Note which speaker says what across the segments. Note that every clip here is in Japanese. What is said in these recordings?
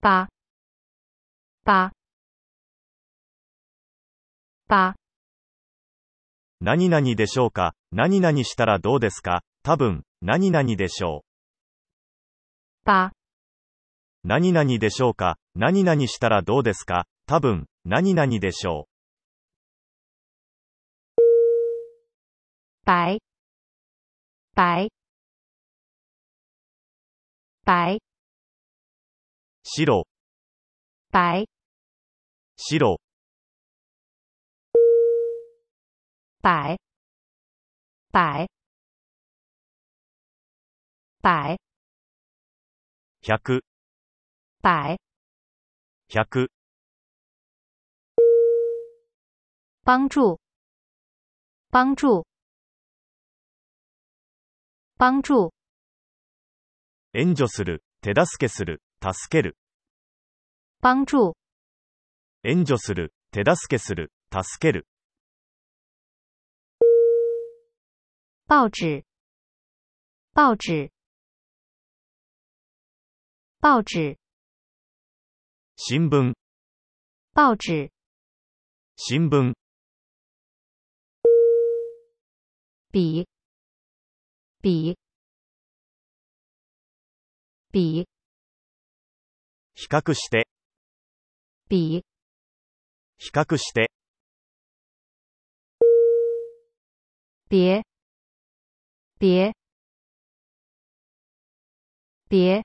Speaker 1: 八八八
Speaker 2: 何々でしょうか何々したらどうですか多分、何々でしょ
Speaker 1: 八
Speaker 2: う。何々でしょうか何々したらどうですか多分、何々でしょ
Speaker 1: 白白白
Speaker 2: う。白、
Speaker 1: 白
Speaker 2: 白、
Speaker 1: 白白白
Speaker 2: 100、
Speaker 1: 白
Speaker 2: 100、
Speaker 1: 帮助帮助帮助
Speaker 2: 援助する、手助けする、助ける、
Speaker 1: 帮助
Speaker 2: 援助する、手助けする、助ける、
Speaker 1: 报纸报纸报纸
Speaker 2: 新聞、
Speaker 1: 报纸
Speaker 2: 新聞、
Speaker 1: 笔笔笔
Speaker 2: 比較して、
Speaker 1: 笔
Speaker 2: 比較して、
Speaker 1: 别别别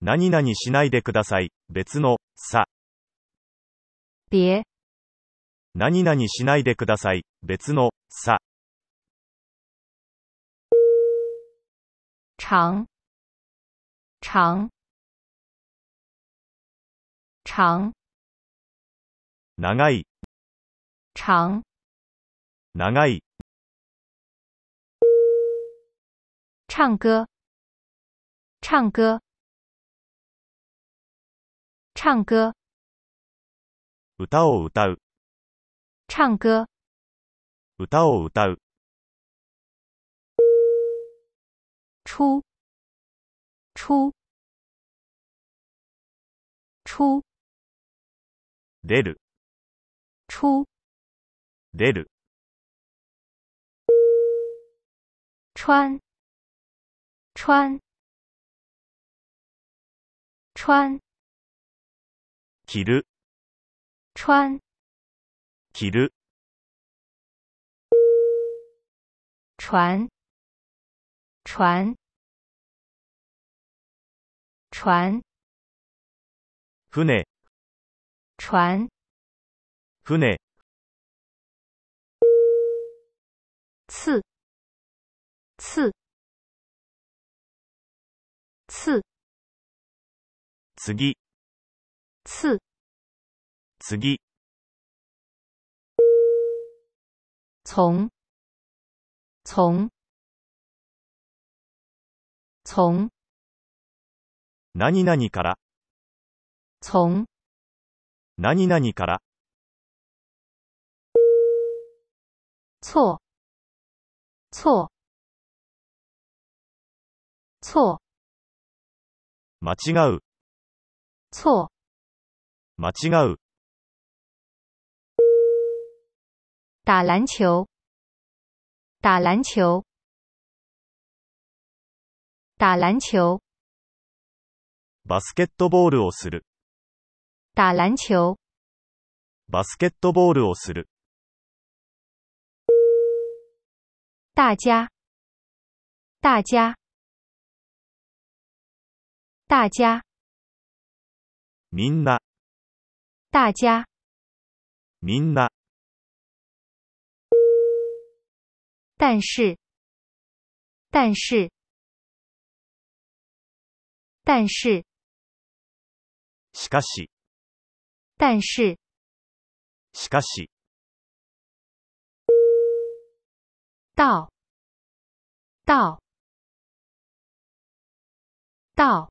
Speaker 2: 何々しないでください、別の、さ、
Speaker 1: 别
Speaker 2: 何々しないでください、別の、さ、
Speaker 1: 长长长
Speaker 2: 長い、
Speaker 1: 长
Speaker 2: 長い、
Speaker 1: 唱歌唱歌唱歌
Speaker 2: 歌を歌う、
Speaker 1: 唱歌
Speaker 2: 歌を歌う、
Speaker 1: 出出出
Speaker 2: 出る、
Speaker 1: 出
Speaker 2: 出る、
Speaker 1: 穿穿穿
Speaker 2: 着る、
Speaker 1: 穿
Speaker 2: 着る、
Speaker 1: 船船船
Speaker 2: 船、
Speaker 1: 船
Speaker 2: 船、
Speaker 1: 刺刺刺
Speaker 2: 次、
Speaker 1: 刺
Speaker 2: 次、
Speaker 1: 从从从
Speaker 2: 何々から、
Speaker 1: 从
Speaker 2: 何々から、
Speaker 1: 错错错
Speaker 2: 間違う、
Speaker 1: 错
Speaker 2: 間違う、
Speaker 1: 打篮球，打篮球，打篮球，
Speaker 2: バスケットボールをする、
Speaker 1: 打篮球，
Speaker 2: バスケットボールをする、
Speaker 1: 大家，大家，大家，
Speaker 2: みんな、
Speaker 1: 大家，
Speaker 2: みんな、
Speaker 1: 但是，但是，但是，
Speaker 2: しかし、
Speaker 1: 但是，
Speaker 2: しかし、
Speaker 1: 到，到，到，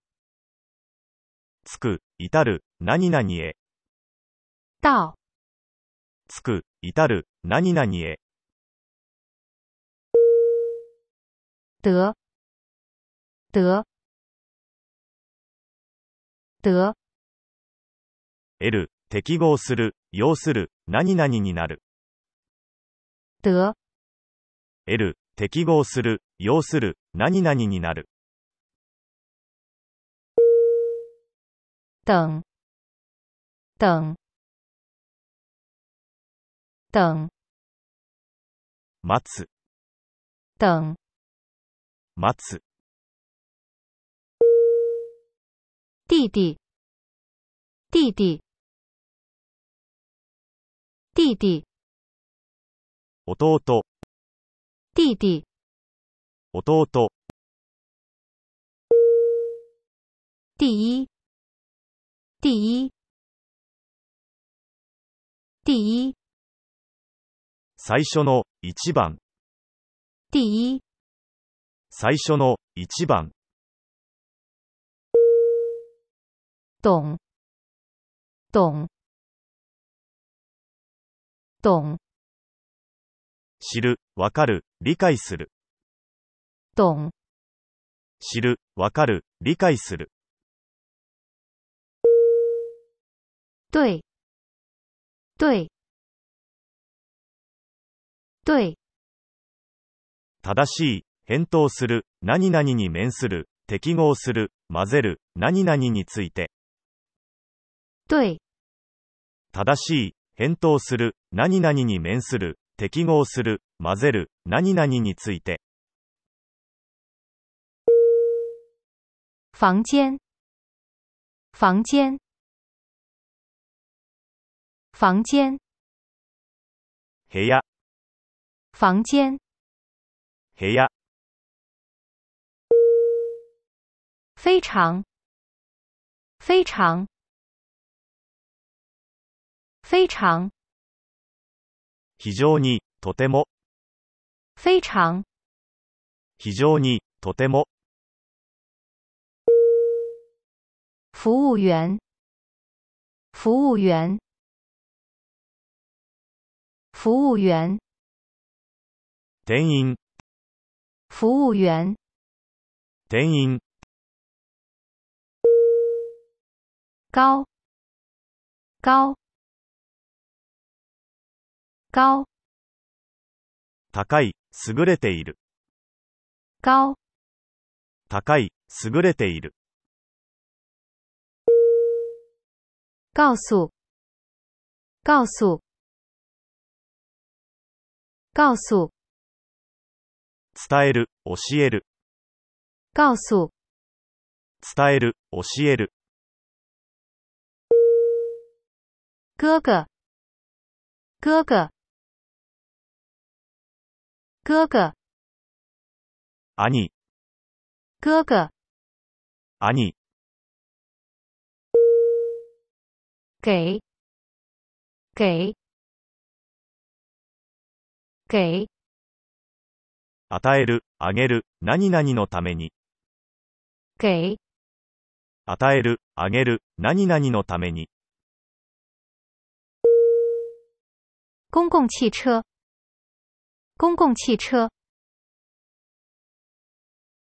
Speaker 2: つく、至る、何々へ、
Speaker 1: 到，
Speaker 2: つく、至る、何々へ、
Speaker 1: 得，得，得、
Speaker 2: L、適合する、要する、何々になる。
Speaker 1: 得、
Speaker 2: L、適合する、要する、何々になる。
Speaker 1: 等、等、等、
Speaker 2: 待つ、
Speaker 1: 等、
Speaker 2: 待つ。
Speaker 1: 弟弟、弟弟、弟弟、
Speaker 2: 弟、
Speaker 1: 弟弟、
Speaker 2: 弟、
Speaker 1: 第一，第一，第一，
Speaker 2: 最初の、一番、
Speaker 1: 第一，
Speaker 2: 最初の、一番。
Speaker 1: 懂，懂，懂，
Speaker 2: 知る、わかる、理解する。
Speaker 1: 懂，
Speaker 2: 知る、わかる、理解する。
Speaker 1: 对，对，对，
Speaker 2: 正しい、返答する、何々に面する、適合する、混ぜる、何々について。
Speaker 1: 对，
Speaker 2: 正しい、返答する、何々に面する、適合する、混ぜる、何々について。
Speaker 1: 房间，房间，房间，
Speaker 2: 部屋、
Speaker 1: 房间，
Speaker 2: 部屋、
Speaker 1: 非常，非常，非常，
Speaker 2: 非常に、とても、
Speaker 1: 非常。
Speaker 2: 非常に、とても、
Speaker 1: 服务员，服务员，服务员，
Speaker 2: 店員、
Speaker 1: 服务员，
Speaker 2: 店員、
Speaker 1: 高，高，高，
Speaker 2: 高い、優れている、
Speaker 1: 高，
Speaker 2: 高い、優れている、
Speaker 1: 告诉，告诉，告诉，
Speaker 2: 伝える、教える、
Speaker 1: 告诉，
Speaker 2: 伝える、教える、
Speaker 1: 哥哥，哥哥，哥哥，
Speaker 2: 兄、
Speaker 1: 哥哥，
Speaker 2: 兄、
Speaker 1: 给，给，给，
Speaker 2: 与える、あげる、何々のために、
Speaker 1: 给，
Speaker 2: 与える、あげる、何々のために、
Speaker 1: 公共汽车，公共汽车，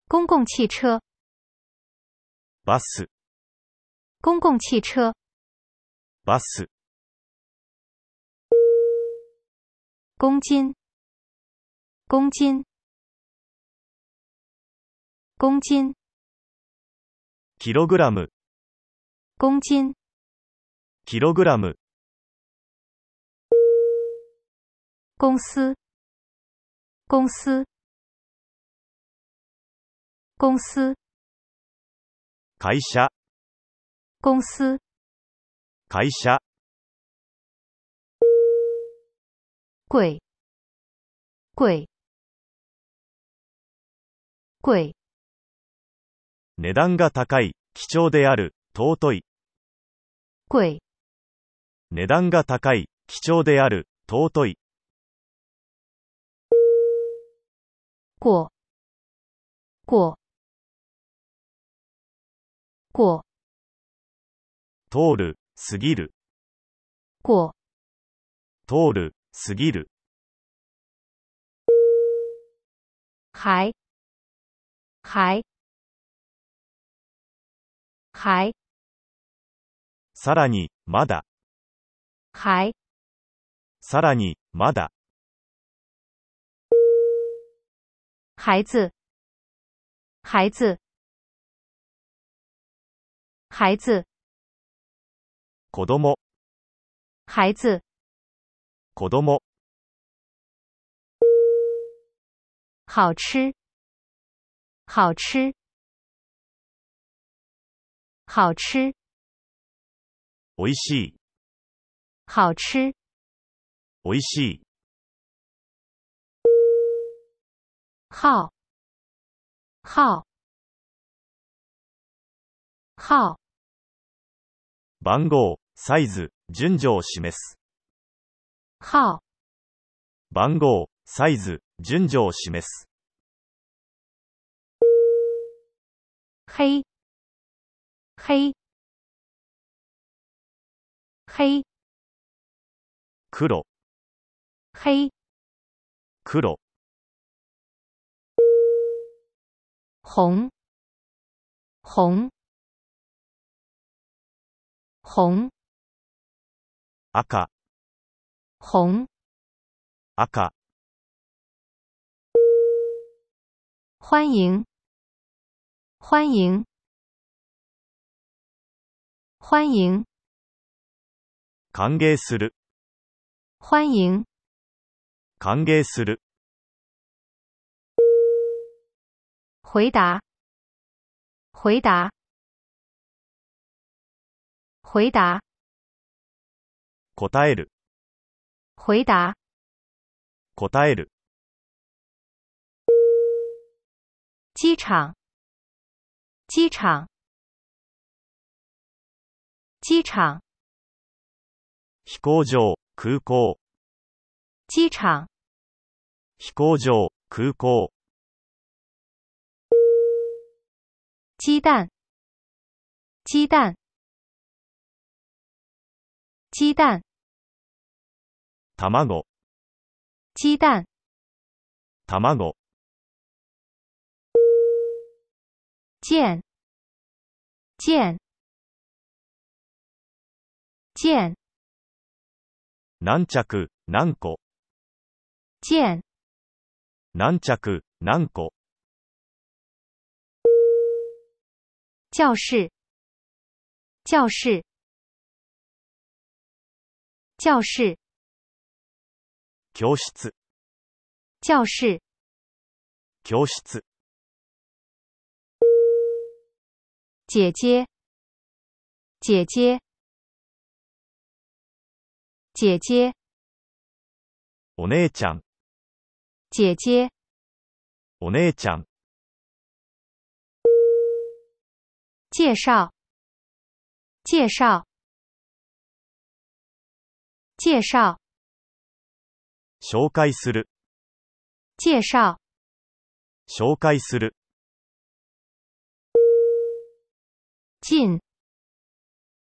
Speaker 1: 公共汽车，
Speaker 2: バス、
Speaker 1: 公共汽车，
Speaker 2: バス、
Speaker 1: 公斤，公斤，公斤，
Speaker 2: キログラム、
Speaker 1: 公斤，
Speaker 2: キログラム、
Speaker 1: 公司，公司，公司，
Speaker 2: 会社、
Speaker 1: 公司，
Speaker 2: 会社、
Speaker 1: 鬼，鬼，鬼，
Speaker 2: 値段が高い、貴重である、尊い、
Speaker 1: 鬼，
Speaker 2: 値段が高い、貴重である、尊い、
Speaker 1: 果，果，果，
Speaker 2: 通る、過ぎる、
Speaker 1: 果，
Speaker 2: 通る、過ぎる、
Speaker 1: 还，还，还，
Speaker 2: さらに、まだ、
Speaker 1: 还、
Speaker 2: さらに、まだ、
Speaker 1: 孩子、孩子、孩子、
Speaker 2: 子供、
Speaker 1: 孩子、
Speaker 2: 子供、
Speaker 1: 好吃、好吃、好吃、
Speaker 2: 美味しい、
Speaker 1: 好吃、
Speaker 2: 美味しい、
Speaker 1: 号、号、号、
Speaker 2: 番号、サイズ、順序を示す。
Speaker 1: 号、
Speaker 2: 番号、サイズ、順序を示す。
Speaker 1: 黑、黑、黑、
Speaker 2: 黒、
Speaker 1: 黑、
Speaker 2: 黒、
Speaker 1: 红、红、红、
Speaker 2: 赤、
Speaker 1: 红、
Speaker 2: 赤、
Speaker 1: 欢迎、欢迎、欢迎、
Speaker 2: 歓迎する、
Speaker 1: 欢迎、
Speaker 2: 歓迎する、
Speaker 1: 回答、回答、回答、
Speaker 2: 答える、
Speaker 1: 回答、
Speaker 2: 答える、
Speaker 1: 机场，机场，机场，
Speaker 2: 飛行場、空港、
Speaker 1: 机场，
Speaker 2: 飛行場、空港、
Speaker 1: 鸡蛋，鸡蛋，鸡蛋，
Speaker 2: 卵、
Speaker 1: 鸡蛋，
Speaker 2: 卵、
Speaker 1: 见，见，见，
Speaker 2: 何着、何個、
Speaker 1: 见，
Speaker 2: 何着、何個、
Speaker 1: 教室，教室，教室，
Speaker 2: 教室、
Speaker 1: 教室，
Speaker 2: 教室、
Speaker 1: 姐姐，姐姐，姐姐，
Speaker 2: お姉ちゃん、
Speaker 1: 姐姐，
Speaker 2: お姉ちゃん、
Speaker 1: 介绍，介绍，介绍，
Speaker 2: 紹介する、
Speaker 1: 介绍，
Speaker 2: 紹介する、
Speaker 1: 进，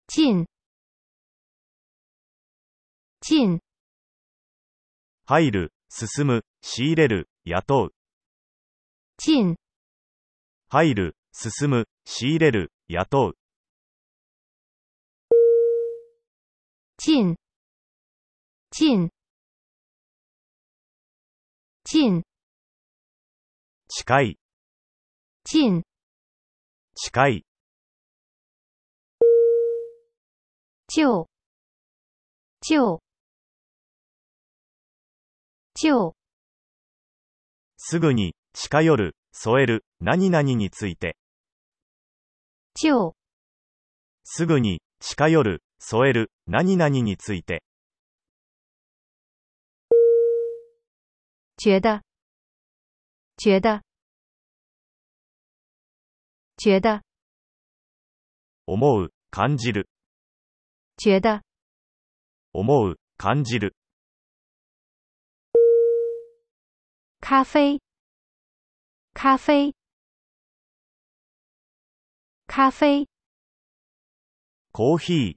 Speaker 1: 进，进，
Speaker 2: 入る、進む、仕入れる、雇う、
Speaker 1: 进，
Speaker 2: 入る、進む、仕入れる、雇う、
Speaker 1: 进，进，进，
Speaker 2: 近い、
Speaker 1: 进，
Speaker 2: 近い、
Speaker 1: 就，就，就，
Speaker 2: すぐに、近寄る、添える、何々について、
Speaker 1: 就，
Speaker 2: すぐに、近寄る、添える、何々について、
Speaker 1: 觉得，觉得，觉得，
Speaker 2: 思う、感じる、
Speaker 1: 觉得，
Speaker 2: 思う、感じる、
Speaker 1: 咖啡，咖啡，咖啡，
Speaker 2: コーヒー、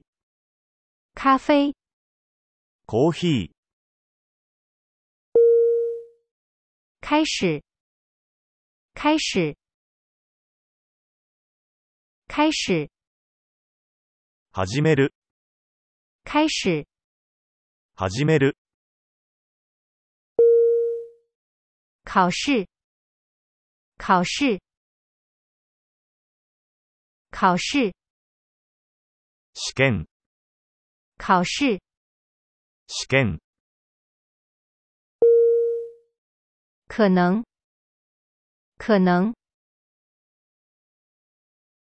Speaker 1: 咖啡，
Speaker 2: コーヒー、
Speaker 1: 开始，开始，开始，
Speaker 2: 始める、
Speaker 1: 开始、
Speaker 2: 始める、
Speaker 1: 考试、考试、考试、
Speaker 2: 試験、
Speaker 1: 考试、
Speaker 2: 試験、
Speaker 1: 可能、可能、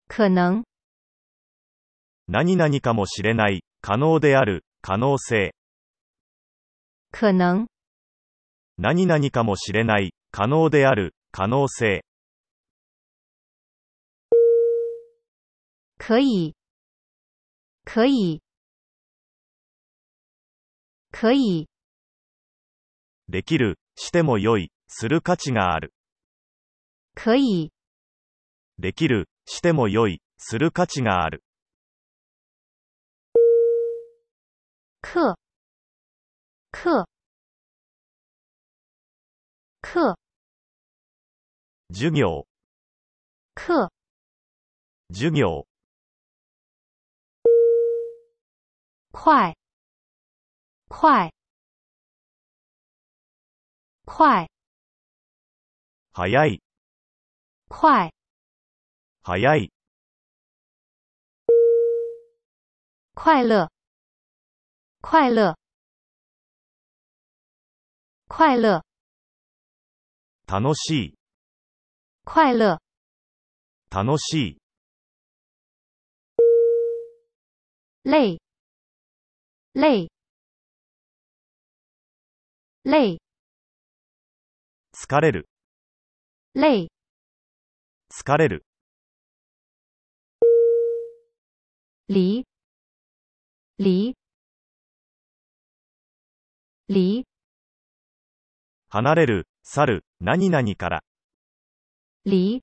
Speaker 1: 可能、
Speaker 2: 何々かもしれない、可能である、可能性、
Speaker 1: 可能、
Speaker 2: 何々かもしれない、可能である、可能性、
Speaker 1: 可以、可以、可以、
Speaker 2: できる、してもよい、する価値がある、
Speaker 1: 可以、
Speaker 2: できる、してもよい、する価値がある、
Speaker 1: 课、课、课、
Speaker 2: 授業、
Speaker 1: 课、
Speaker 2: 授業、
Speaker 1: 快、快、快、
Speaker 2: 早い、
Speaker 1: 快、
Speaker 2: 早い、
Speaker 1: 快乐、快乐、快乐、
Speaker 2: 楽しい、
Speaker 1: 快乐、
Speaker 2: 楽しい、
Speaker 1: 累、累、累、
Speaker 2: 疲れる、
Speaker 1: 累、
Speaker 2: 疲れる、
Speaker 1: 离、离、离、
Speaker 2: 離れる、去る、何々から、
Speaker 1: 离、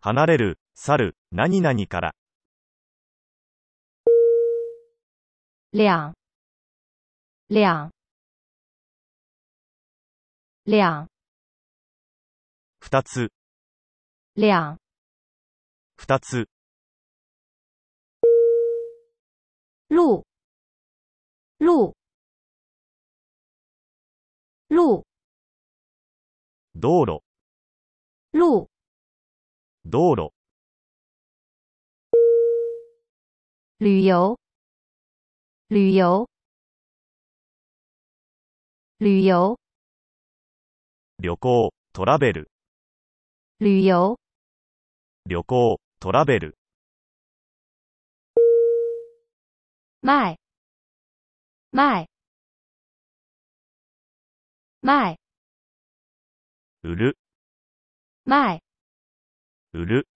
Speaker 2: 離れる、去る、何々から、
Speaker 1: 两、两、两、
Speaker 2: 二つ、
Speaker 1: 两、
Speaker 2: 二つ、
Speaker 1: 路、路、路、
Speaker 2: 道路、
Speaker 1: 路、
Speaker 2: 道路、
Speaker 1: 旅游、旅游、旅游、
Speaker 2: 旅行、トラベル、
Speaker 1: 旅游、
Speaker 2: 旅行、トラベル、
Speaker 1: 卖、卖、卖、
Speaker 2: 売る、
Speaker 1: 卖、
Speaker 2: 売る、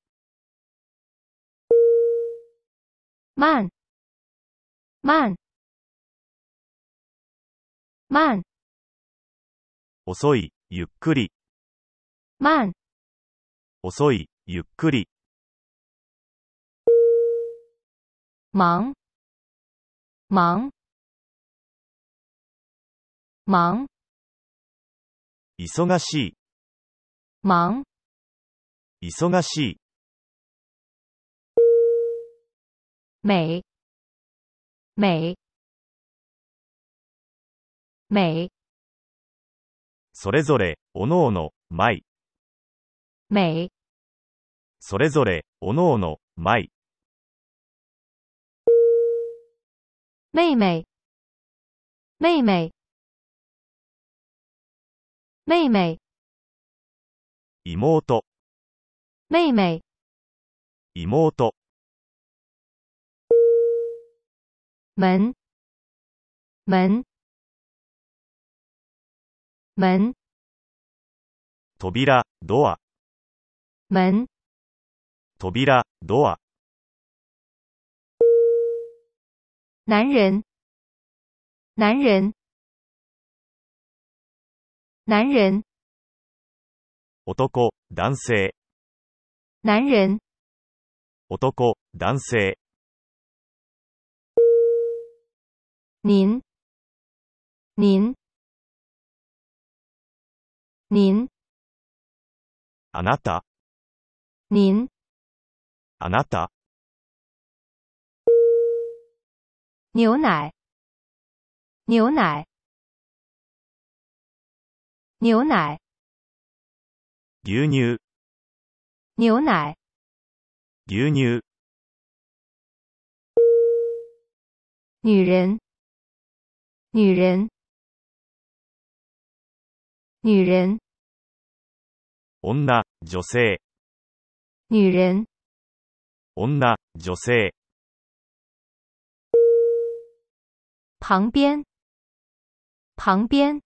Speaker 1: 慢、慢、慢、
Speaker 2: 遅い、ゆっくり、
Speaker 1: 慢、
Speaker 2: 遅い、ゆっくり、
Speaker 1: 忙、忙、忙、
Speaker 2: 忙し
Speaker 1: 忙、
Speaker 2: い、忙しい、
Speaker 1: 美，美，美，
Speaker 2: それぞれ、おのおの、毎、
Speaker 1: 美，
Speaker 2: それぞれ、おのおの、毎、
Speaker 1: 妹妹，妹妹，妹妹，
Speaker 2: 妹、
Speaker 1: 妹妹，
Speaker 2: 妹、
Speaker 1: 门，门，门，
Speaker 2: 扉、ドア、
Speaker 1: 门，
Speaker 2: 扉、ドア、
Speaker 1: 男人，男人，男人，
Speaker 2: 男、男性、
Speaker 1: 男人，
Speaker 2: 男、男性、
Speaker 1: 您，您，您，
Speaker 2: あなた、
Speaker 1: 您。
Speaker 2: あなた、
Speaker 1: 牛奶，牛奶，牛奶，
Speaker 2: 牛乳、
Speaker 1: 牛奶，
Speaker 2: 牛乳、
Speaker 1: 女人，女人，女人，
Speaker 2: 女、女性、
Speaker 1: 女人，
Speaker 2: 女、女性、
Speaker 1: 旁边，旁边，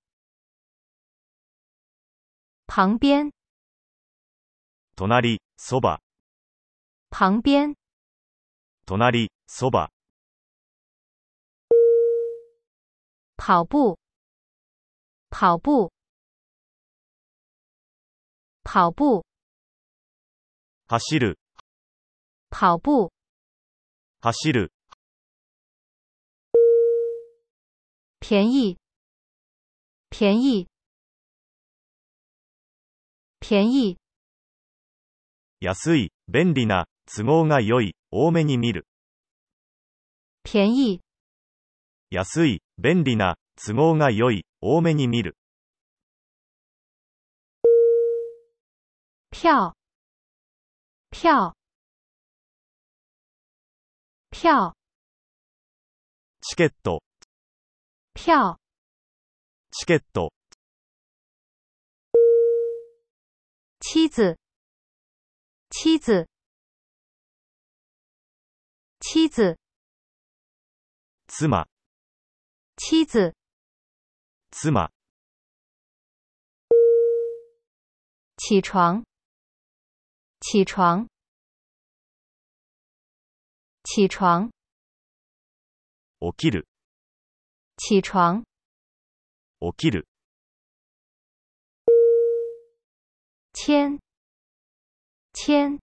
Speaker 1: 旁边，
Speaker 2: 隣、そば、
Speaker 1: 旁边，
Speaker 2: 隣、そば、
Speaker 1: 跑步，跑步，跑步，
Speaker 2: 走る、
Speaker 1: 跑步，
Speaker 2: 走る、
Speaker 1: 便宜，便宜，便宜，
Speaker 2: 安い、便利な、都合が良い、多めに見る。
Speaker 1: 便宜，
Speaker 2: 安い、便利な、都合が良い、多めに見る。
Speaker 1: 票，票，票，
Speaker 2: チケット、
Speaker 1: 票，
Speaker 2: チケット、
Speaker 1: 妻子，妻子，妻子，
Speaker 2: 妻、
Speaker 1: 妻子，
Speaker 2: 妻、
Speaker 1: 起床，起床，起床，
Speaker 2: 起きる、
Speaker 1: 起床，
Speaker 2: 起きる、
Speaker 1: 签，签，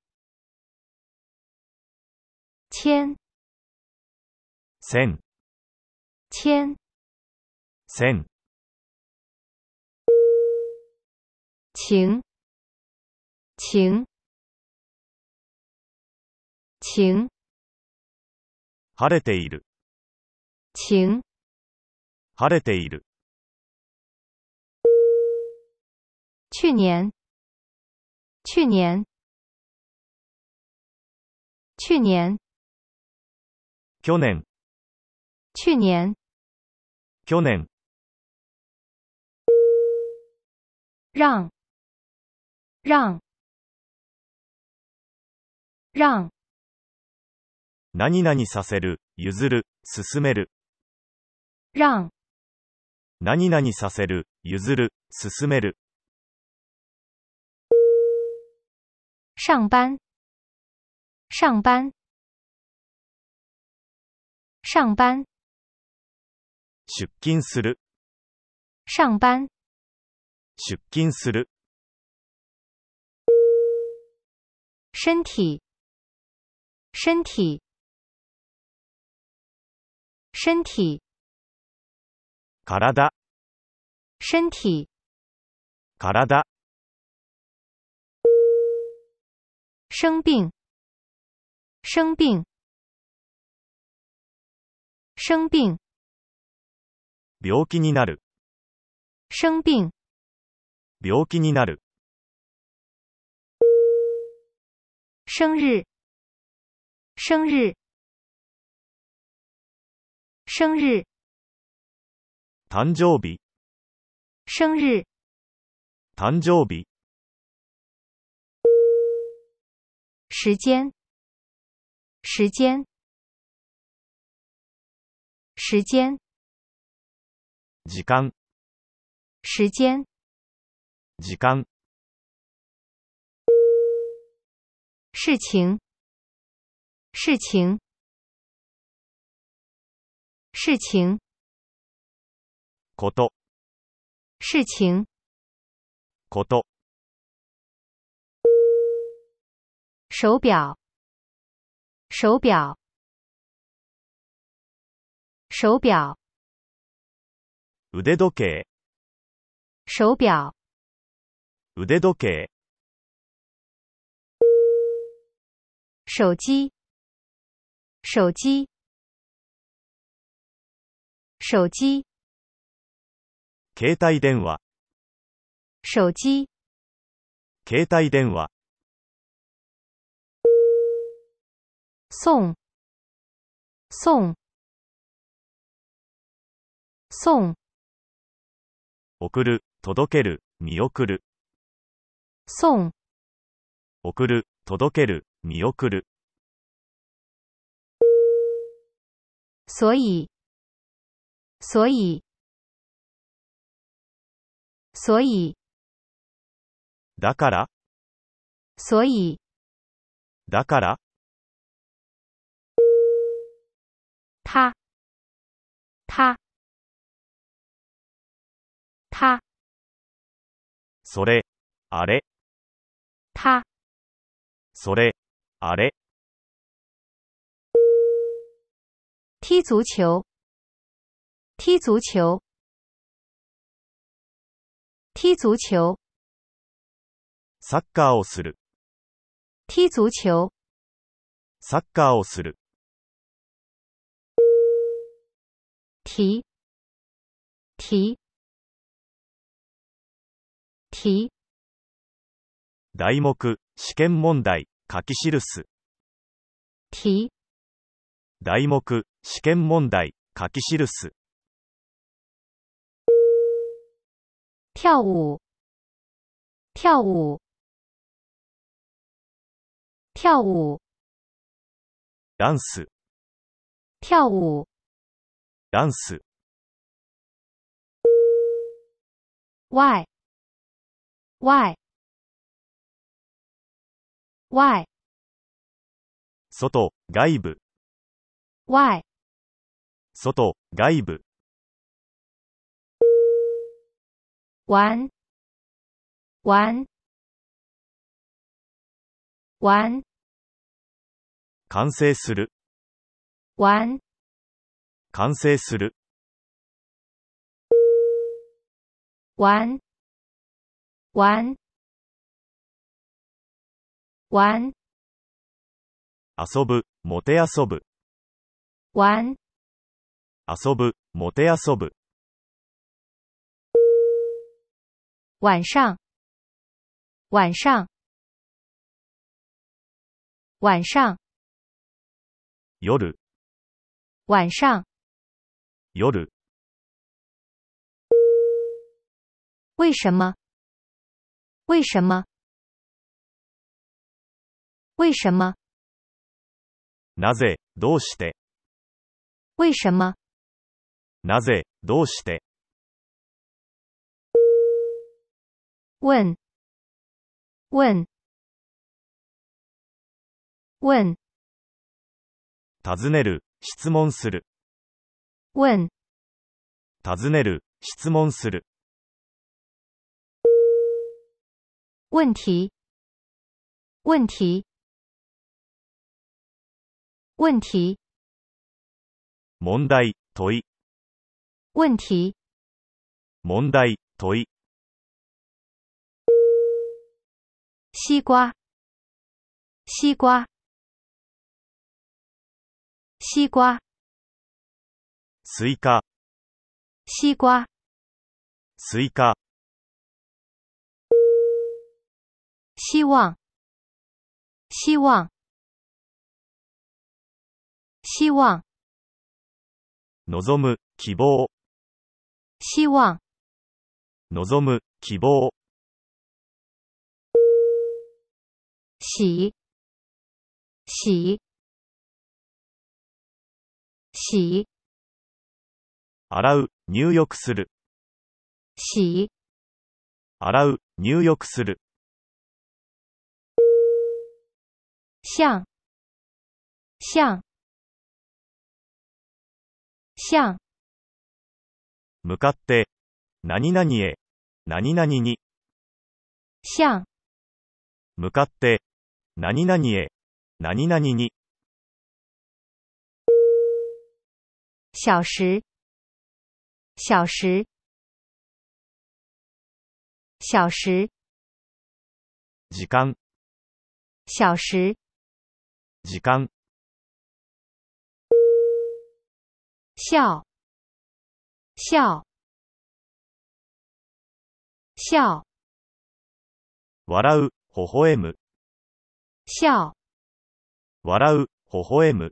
Speaker 1: 签，
Speaker 2: 千、
Speaker 1: 签，
Speaker 2: 千、
Speaker 1: 情，情，情，
Speaker 2: 晴れている、
Speaker 1: 情，
Speaker 2: 晴れている、
Speaker 1: 去年，去年，去年，
Speaker 2: 去年、
Speaker 1: 去年，
Speaker 2: 去年、
Speaker 1: 让，让，让，
Speaker 2: 何々させる、譲る、進める、
Speaker 1: 让，
Speaker 2: 何々させる、譲る、進める、
Speaker 1: 上班，上班，上班，
Speaker 2: 出勤する、
Speaker 1: 上班，
Speaker 2: 出勤する、
Speaker 1: 身体，身体，身体，
Speaker 2: 体、
Speaker 1: 身体，
Speaker 2: 体、
Speaker 1: 生病，生病，生病，
Speaker 2: 病気になる、
Speaker 1: 生病，
Speaker 2: 病気になる、
Speaker 1: 生日，生日，生日，
Speaker 2: 誕生日、
Speaker 1: 生日，
Speaker 2: 誕生日、
Speaker 1: 时间，时间，时间，
Speaker 2: 時間、
Speaker 1: 时间，
Speaker 2: 時間、
Speaker 1: 事情，事情，事情，
Speaker 2: こと、
Speaker 1: 事情，
Speaker 2: こと、
Speaker 1: 手表，手表，手表，
Speaker 2: 腕時計、
Speaker 1: 手表，
Speaker 2: 腕時計、
Speaker 1: 手机，手机，手机、
Speaker 2: 携帯電話、
Speaker 1: 手机、
Speaker 2: 携帯電話、
Speaker 1: 送、送、送、
Speaker 2: 送る、届ける、見送る、
Speaker 1: 送、
Speaker 2: 送る、届ける、見送る、
Speaker 1: 所以、所以、所以、
Speaker 2: だから、
Speaker 1: 所以、
Speaker 2: だから、
Speaker 1: 他、他、他、
Speaker 2: それ、あれ、
Speaker 1: 他、
Speaker 2: それ、あれ、
Speaker 1: 踢足球、踢足球、踢足球、
Speaker 2: サッカーをする、
Speaker 1: 踢足球、
Speaker 2: サッカーをする、
Speaker 1: 提、提、提、
Speaker 2: 題目、試験問題、書き記す、
Speaker 1: 提、
Speaker 2: 題目、試験問題、書き記す、
Speaker 1: 跳舞，跳舞，跳舞，
Speaker 2: ダンス、
Speaker 1: 跳舞，
Speaker 2: ダンス、
Speaker 1: y y y
Speaker 2: 外、外部、
Speaker 1: y
Speaker 2: 外、外部、
Speaker 1: 玩玩玩
Speaker 2: 完成する、
Speaker 1: 玩
Speaker 2: 完成する、
Speaker 1: 玩玩玩
Speaker 2: 遊ぶ、もて遊ぶ、
Speaker 1: 玩
Speaker 2: 遊ぶ、もて遊ぶ、
Speaker 1: 晚上晚上晚上
Speaker 2: 夜、
Speaker 1: 晚上
Speaker 2: 夜、
Speaker 1: 为什么？为什么？为什么？
Speaker 2: なぜ、どうして、
Speaker 1: 为什么？
Speaker 2: なぜ、どうして、
Speaker 1: 问，问，问，
Speaker 2: 尋ねる、質問する、
Speaker 1: 问，
Speaker 2: 尋ねる、質問する、
Speaker 1: 问题，问题，问题，
Speaker 2: 問題、問い、
Speaker 1: 问题，
Speaker 2: 問題、問い、
Speaker 1: 西瓜，西瓜，西瓜，
Speaker 2: スイカ、
Speaker 1: 西瓜，
Speaker 2: スイカ、
Speaker 1: 希望，希望，希望，
Speaker 2: 望む、希望、
Speaker 1: 希望，
Speaker 2: 望む、希望、
Speaker 1: 喜，喜，喜，
Speaker 2: 洗う、入浴する、
Speaker 1: 喜，
Speaker 2: 洗う、入浴する、
Speaker 1: 像，像，像，
Speaker 2: 向かって、何々へ、何々に、
Speaker 1: 像，
Speaker 2: 向かって、何々へ、何々に、
Speaker 1: 小时，小时，小时，
Speaker 2: 時間、
Speaker 1: 小时，
Speaker 2: 時間、
Speaker 1: 笑，笑笑
Speaker 2: 笑う、微笑む、
Speaker 1: 笑
Speaker 2: 笑う、微笑む、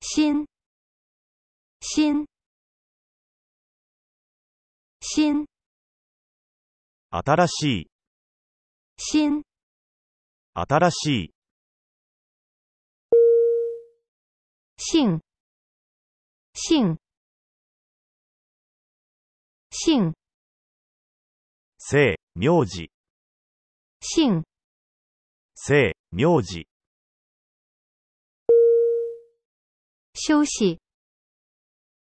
Speaker 1: 心心心
Speaker 2: 新しい、
Speaker 1: 心
Speaker 2: 新しい、
Speaker 1: 性性性
Speaker 2: 姓、名字、
Speaker 1: 性
Speaker 2: 姓、名字、
Speaker 1: 休息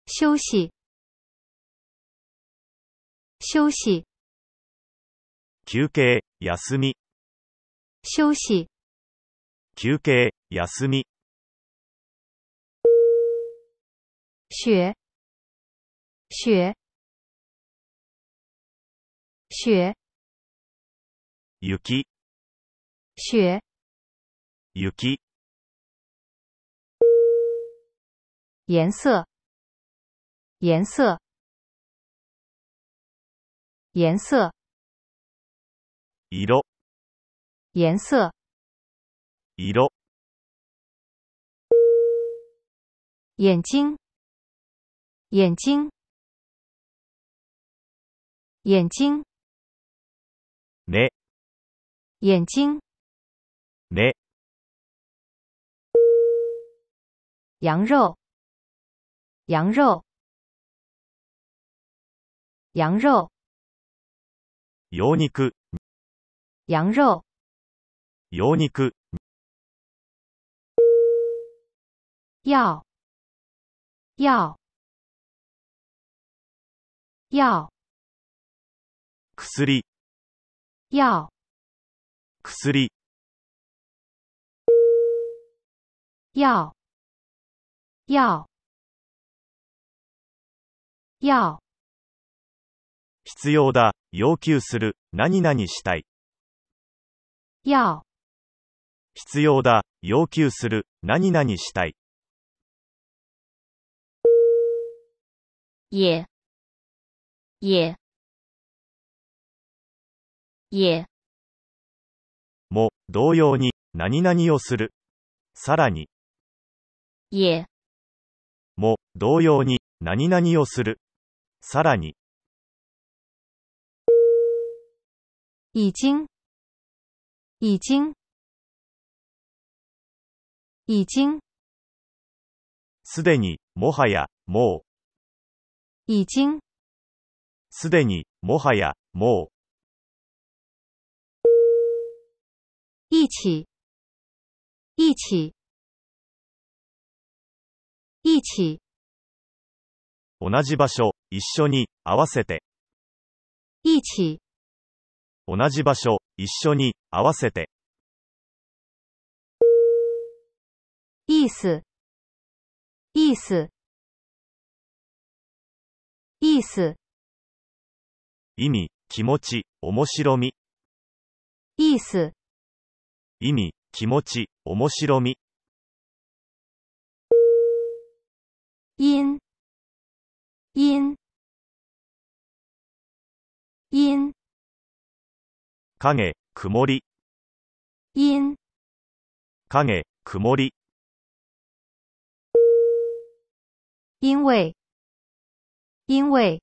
Speaker 1: 休息休息
Speaker 2: 休憩、休み、
Speaker 1: 休息
Speaker 2: 休憩、休み、
Speaker 1: 雪雪雪
Speaker 2: 雪、
Speaker 1: 雪
Speaker 2: 雪、
Speaker 1: 颜色颜色颜色
Speaker 2: 色、
Speaker 1: 颜色
Speaker 2: 色、
Speaker 1: 眼睛眼睛眼睛
Speaker 2: 目、
Speaker 1: 眼睛
Speaker 2: 目、
Speaker 1: 羊肉羊肉羊肉
Speaker 2: 羊肉、
Speaker 1: 羊肉
Speaker 2: 羊肉、
Speaker 1: 要要要
Speaker 2: 薬、
Speaker 1: 要
Speaker 2: 薬、
Speaker 1: 要要要
Speaker 2: 必要だ、要求する、何々したい。
Speaker 1: 要
Speaker 2: 必要だ、要求する、何々したい。
Speaker 1: 也也也
Speaker 2: も、同様に、何々をする。さらに、
Speaker 1: 也
Speaker 2: も、同様に、何々をする。さらに、
Speaker 1: 已经已经已经
Speaker 2: すでに、もはや、もう、
Speaker 1: 已经
Speaker 2: すでに、もはや、も
Speaker 1: 一起一起一起
Speaker 2: う、同じ場所、一緒に、合わせて、
Speaker 1: 一起
Speaker 2: 同じ場所、一緒に、合わせて、
Speaker 1: 意思意思意思
Speaker 2: 意味、気持ち、面白み、
Speaker 1: 意思
Speaker 2: 意味、気持ち、面白み、
Speaker 1: 因因因
Speaker 2: 影、曇り、
Speaker 1: 因
Speaker 2: 影、曇り、
Speaker 1: 因为因为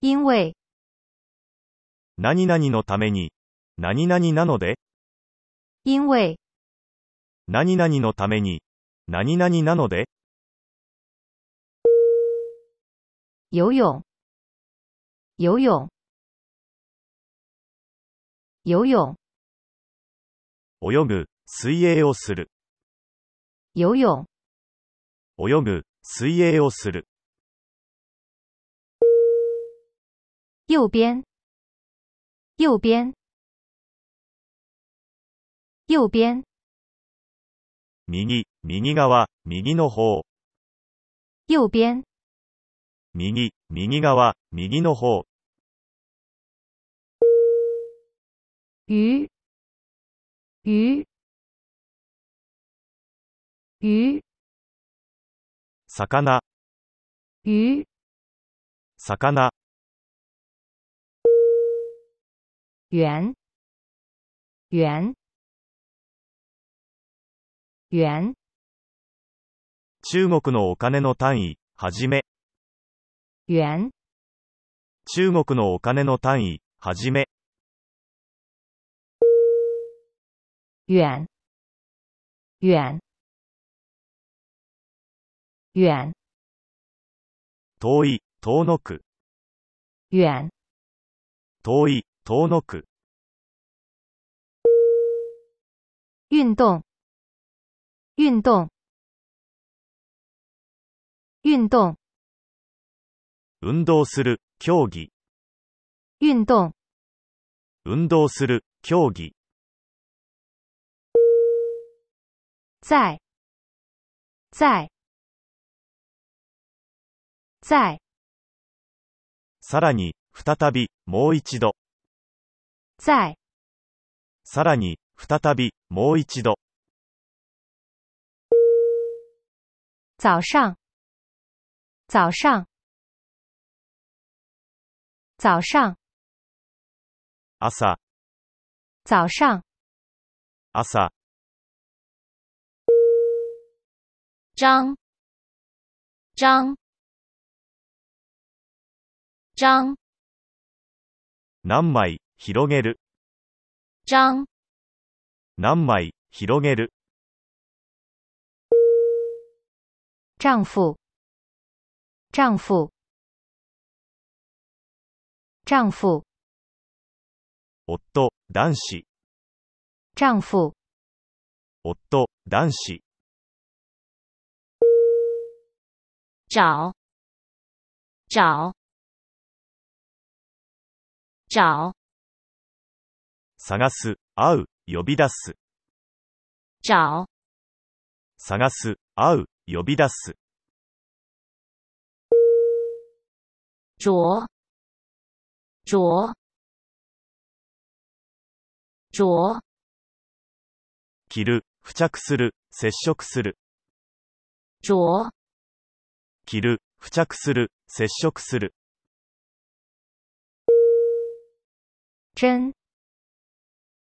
Speaker 1: 因为
Speaker 2: 何々のために、何々なので、
Speaker 1: 因为
Speaker 2: 何々のために、何々なので、
Speaker 1: 游泳游泳游泳
Speaker 2: 泳ぐ、水泳をする、
Speaker 1: 游泳
Speaker 2: 泳ぐ、水泳をする、
Speaker 1: 右边右边右边
Speaker 2: 右、右側、右の方、
Speaker 1: 右边
Speaker 2: 右、右側、右の方、
Speaker 1: 鱼鱼鱼
Speaker 2: 魚、
Speaker 1: 鱼、
Speaker 2: 魚、
Speaker 1: 圆、圆、圆、
Speaker 2: 中国のお金の単位、はじめ、
Speaker 1: 圆、
Speaker 2: 中国のお金の単位、はじめ、
Speaker 1: 远、远、远、
Speaker 2: 遠い、遠のく、
Speaker 1: 远、
Speaker 2: 遠い、遠のく、
Speaker 1: 运动、运动、运动、
Speaker 2: 運動する、競技、
Speaker 1: 运动、
Speaker 2: 運動する、競技、
Speaker 1: 在、在、在、
Speaker 2: さらに、再び、もう一度、
Speaker 1: 在、
Speaker 2: さらに、再び、もう一度、
Speaker 1: 早上、早上、早上、
Speaker 2: 朝、
Speaker 1: 早上、
Speaker 2: 朝、
Speaker 1: 张、张、张、
Speaker 2: 何枚、広げる、
Speaker 1: 张、
Speaker 2: 何枚、広げる、
Speaker 1: 丈夫、丈夫、丈夫、
Speaker 2: 夫、男子、
Speaker 1: 丈夫，
Speaker 2: 夫、男子、
Speaker 1: 找，找，找，
Speaker 2: 探す、会う、呼び出す、
Speaker 1: 找，
Speaker 2: 探す、会う、呼び出す、
Speaker 1: 着，着，着，
Speaker 2: 着る、付着する、接触する、
Speaker 1: 着，
Speaker 2: 着る、付着する、接触する、
Speaker 1: 真，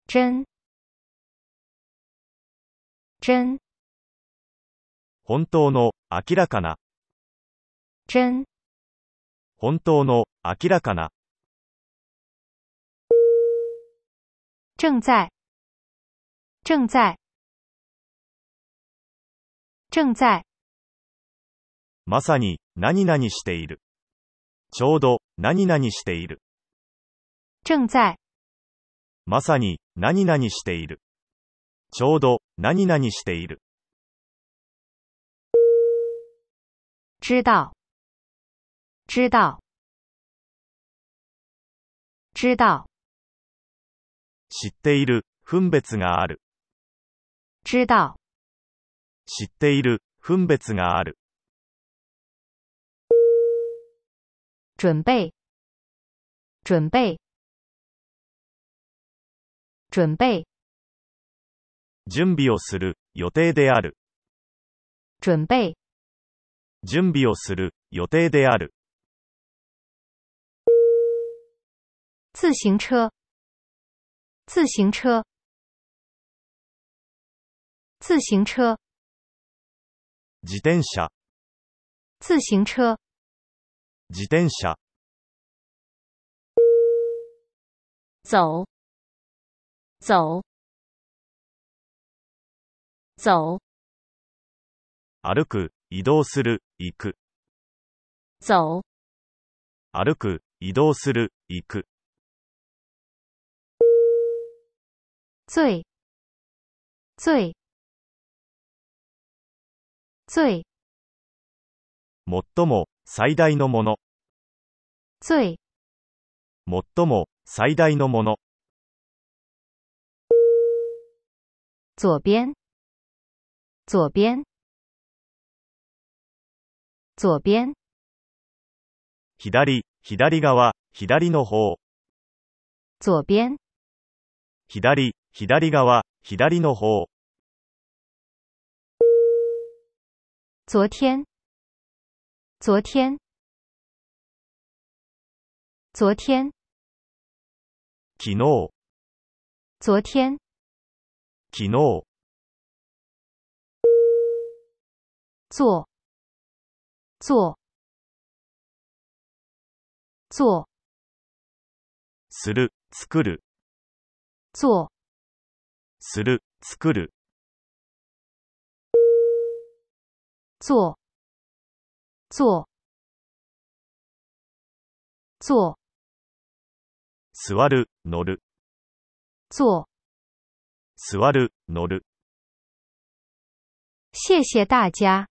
Speaker 1: 真，真，
Speaker 2: 本当の、明らかな、
Speaker 1: 真，
Speaker 2: 本当の、明らかな、
Speaker 1: 正在，正在，正在。
Speaker 2: まさに、何々している。ちょうど、何々している。
Speaker 1: 正在
Speaker 2: まさに、何々している。ちょうど、何々している。
Speaker 1: 知道，知道，知道，
Speaker 2: 知っている、分別がある。
Speaker 1: 知道，
Speaker 2: 知っている、分別がある。
Speaker 1: 准备，准备，准备，
Speaker 2: 準備をする、予定である。
Speaker 1: 准备，
Speaker 2: 準備をする、予定である。
Speaker 1: 自行车，自行车，自行车，
Speaker 2: 自転車、
Speaker 1: 自行车，
Speaker 2: 自転車、
Speaker 1: 走，走，走，
Speaker 2: 歩く、移動する、行く。
Speaker 1: 走，
Speaker 2: 歩く、移動する、行く。
Speaker 1: 最，最，最，
Speaker 2: 最も、最大のもの。
Speaker 1: 最，
Speaker 2: 最も、最大のもの。
Speaker 1: 左边，左边，左边，
Speaker 2: 左、左側、左の方、
Speaker 1: 左边，
Speaker 2: 左、左側、左の方、
Speaker 1: 昨天，昨天，昨天，
Speaker 2: 昨日、
Speaker 1: 昨天，
Speaker 2: 昨日、
Speaker 1: 做，做，做，
Speaker 2: する、作る、
Speaker 1: 做，
Speaker 2: する、作る、
Speaker 1: 做，做，做，
Speaker 2: 座る、乗る、
Speaker 1: 做。
Speaker 2: 座る、乗る。
Speaker 1: 谢谢大家。